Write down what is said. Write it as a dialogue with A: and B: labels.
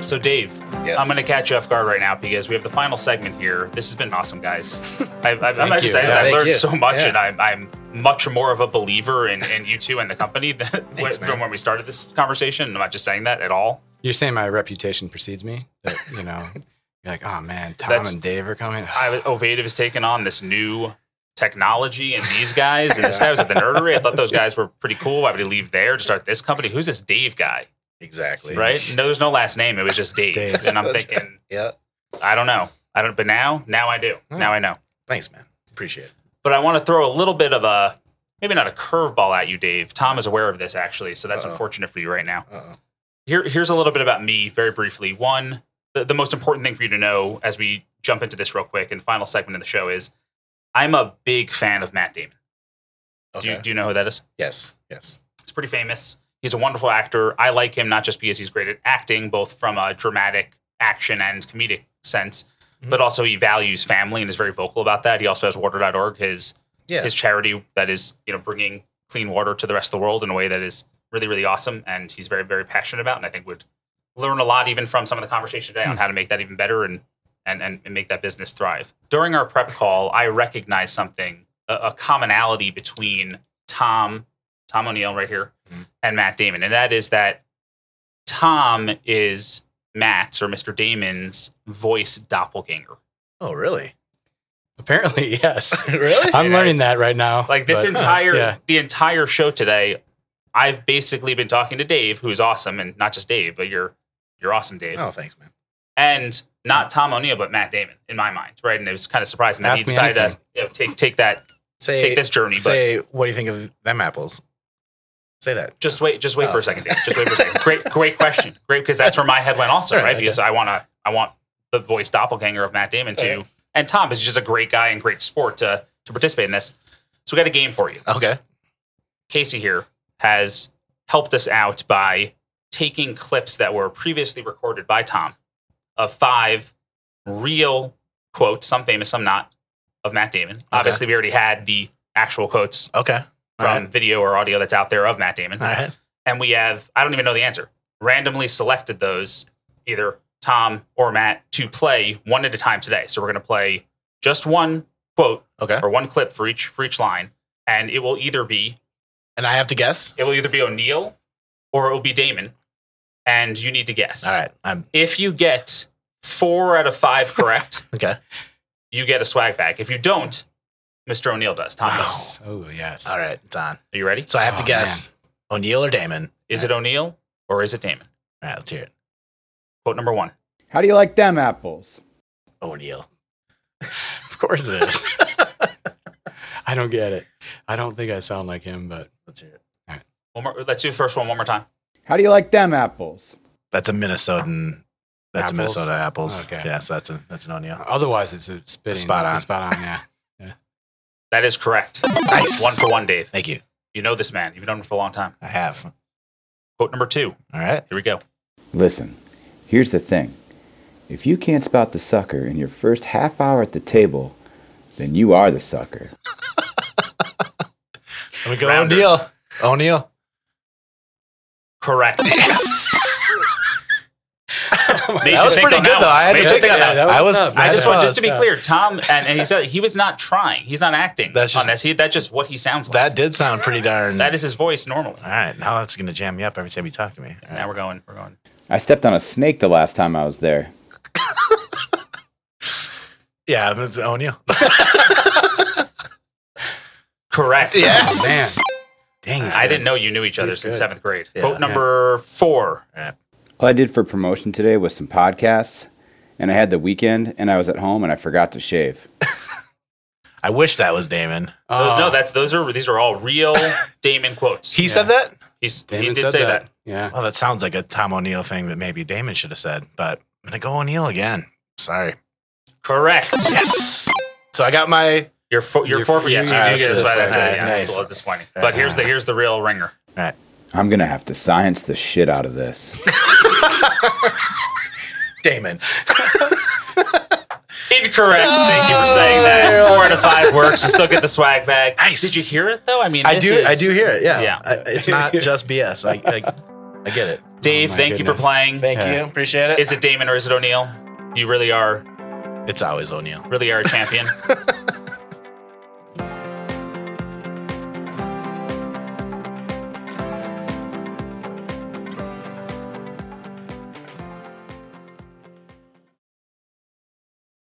A: So, Dave,
B: Yes.
A: I'm going to catch you off guard right now because we have the final segment here. This has been awesome, guys. I've, I've, I'm
C: Thank you.
A: excited.
C: Yeah,
A: I
C: thank
A: learned
C: you.
A: so much,
C: Yeah.
A: and I'm, I'm much more of a believer in, in you two and the company than when,
C: man.
A: when we started this conversation. I'm not just saying that at all.
C: You're saying my reputation precedes me? That, you know, you're like, oh man, Tom
A: That's-
C: and Dave are coming.
A: I, was- Ovative has taken on this new technology and these guys and this guy was at the nerdery. I thought those guys were pretty cool. Why would he leave there to start this company? Who's this Dave guy?
B: Exactly.
A: Right? No, there's no last name. It was just Dave.
C: Dave.
A: And I'm
B: That's
A: thinking,
B: Yeah.
A: I don't know. I don't. But now, now I do.
C: Hmm.
A: Now I know.
B: Thanks, man. Appreciate it.
A: But I want to throw a little bit of a maybe not a curveball at you, Dave. Tom is aware of this actually, so that's
B: Uh-oh.
A: unfortunate for you right now.
B: Uh-oh.
A: Here, here's a little bit about me, very briefly. One, the, the most important thing for you to know as we jump into this real quick and final segment of the show is I'm a big fan of Matt Damon. Do, you, do you know who that is?
B: yes. Yes.
A: He's pretty famous. He's a wonderful actor. I like him not just because he's great at acting, both from a dramatic action and comedic sense, but also he values family and is very vocal about that. He also has water.org, his
B: Yeah.
A: his charity that is you know bringing clean water to the rest of the world in a way that is really really awesome and he's very very passionate about and i think would learn a lot even from some of the conversation today on how to make that even better and and and, and make that business thrive during our prep call i recognized something a, a commonality between tom tom o'neill right here
B: Mhm.
A: and matt damon and that is that tom is matt's or mr damon's voice doppelganger
B: oh, really?
C: Apparently, yes.
B: really?
C: I'm
A: You know,
C: learning
A: it's-
C: that right now.
A: Like this
C: but- uh,
A: entire
C: Yeah.
A: the entire show today, I've basically been talking to Dave, who's awesome, and not just Dave, but you're you're awesome, Dave,
B: oh, thanks, man.
A: and not Tom O'Neill, but Matt Damon in my mind, right? And it was kind of surprising that
C: Ask
A: he
C: me
A: decided to
C: anything.
A: you know, take take that
B: Say,
A: take this journey. But
B: say, what do you think of them apples? Say that.
A: just wait, just wait for
B: Oh.
A: a second, Dave. Just wait for a second. Great, great question. Great, because that's where my head went also,
B: All
A: right?
B: right,
A: Because I want to, I want the voice doppelganger of Matt Damon to,
B: All right.
A: and Tom is just a great guy and great sport to to participate in this. So we got a game for you.
B: Okay.
A: Casey here has helped us out by taking clips that were previously recorded by Tom of five real quotes, some famous, some not, of Matt Damon. Obviously, we already had the actual quotes
B: Okay. All
A: from
B: right.
A: video or audio that's out there of Matt Damon.
B: All right.
A: And we have, I don't even know the answer, randomly selected those, either Tom or Matt, to play one at a time today. So we're going to play just one quote
B: Okay.
A: or one clip for each for each line. And it will either be
B: And I have to guess.
A: it will either be O'Neill or it will be Damon, and you need to guess.
B: All right. I'm
A: If you get four out of five correct,
B: okay.
A: you get a swag bag. If you don't, Mr. O'Neill does. Tom does.
C: Yes. Oh, yes.
B: All right. It's on.
A: Are you ready?
B: So I have to
C: Oh,
B: guess O'Neill or Damon.
A: Is it O'Neill or is it Damon?
B: All right. Let's hear it.
A: Quote number one.
D: How do you like them apples?
B: O'Neill.
C: Of course it is. I don't get it. I don't think I sound like him, but
B: Let's hear it.
A: One more, let's do the first one one more time.
D: How do you like them apples?
B: That's a Minnesotan. That's
C: Apples?
B: a Minnesota apples.
C: Okay.
B: Yeah. So that's a that's an O'Neill.
C: otherwise it's a spitting.
B: Spot on.
C: Spot on, yeah.
A: That is correct.
B: Nice.
A: One for one, Dave.
B: Thank you.
A: You know this man. You've known him for a long time.
B: I have.
A: Quote number two.
B: All right.
A: Here we go.
D: Listen, here's the thing. If you can't spout the sucker in your first half hour at the table, then you are the sucker.
B: Let me go
A: Rounders.
B: O'Neill. O'Neill.
A: Correct. Made
B: That
A: you
B: was
A: think
B: pretty
A: on
B: good
A: that
B: though.
A: one.
B: I had
A: Made
B: to
A: you
B: think
A: think
B: on
A: on
C: yeah,
B: that.
C: that
B: I was.
C: was tough.
B: I
A: I just
B: was,
A: want, just to be
C: yeah.
A: clear, Tom, and, and he said he was not trying. He's not acting
B: That's just-
A: on this. He, that's just what he sounds like.
B: That did sound pretty darn.
A: that is his voice normally.
B: All right. Now that's gonna jam me up every time you talk to me. All right.
A: Now we're going. We're going.
D: I stepped on a snake the last time I was there.
B: Yeah, it was O'Neill.
A: Correct.
B: Yes.
C: Man. Dang. he's
A: I
C: good.
A: didn't know you knew each other
C: He's
A: since
C: good.
A: seventh grade.
B: Yeah.
A: Quote number four.
D: All I did for promotion today was some podcasts, and I had the weekend, and I was at home, and I forgot to shave.
B: I wish that was Damon.
A: Those-
C: Oh,
A: no, that's those are these are all real Damon quotes.
B: He said that.
A: He's, he
C: Damon
A: did
C: said
A: say that.
C: Yeah.
B: Well, that sounds like a Tom O'Neill thing that maybe Damon should have said. But I'm gonna go O'Neill again. Sorry.
A: Correct.
B: Yes. So I got my.
A: You're fo- you're
C: You're
A: four for yes. You do
C: free.
B: Alright,
A: get
B: so
A: a
B: this
A: sweat.
B: one.
A: That's it.
B: Alright,
A: Yeah, that's
B: nice.
A: a little disappointing. But here's the here's the real ringer.
B: All right.
D: I'm gonna have to science the shit out of this.
B: Damon.
A: Incorrect. Thank you for saying that. Four out of five works. You still get the swag bag.
B: Nice.
A: Did you hear it though? I mean,
B: I
A: this
B: do.
A: is-
B: I do hear it. Yeah.
A: Yeah.
B: I, it's not just BS. I, I, I get it.
A: Dave,
C: Oh my
A: thank you for
C: goodness.
A: playing.
B: Thank
C: Yeah.
B: you. Appreciate it.
A: Is it Damon or is it O'Neill? You really are
B: It's always O'Neill.
A: really are a champion.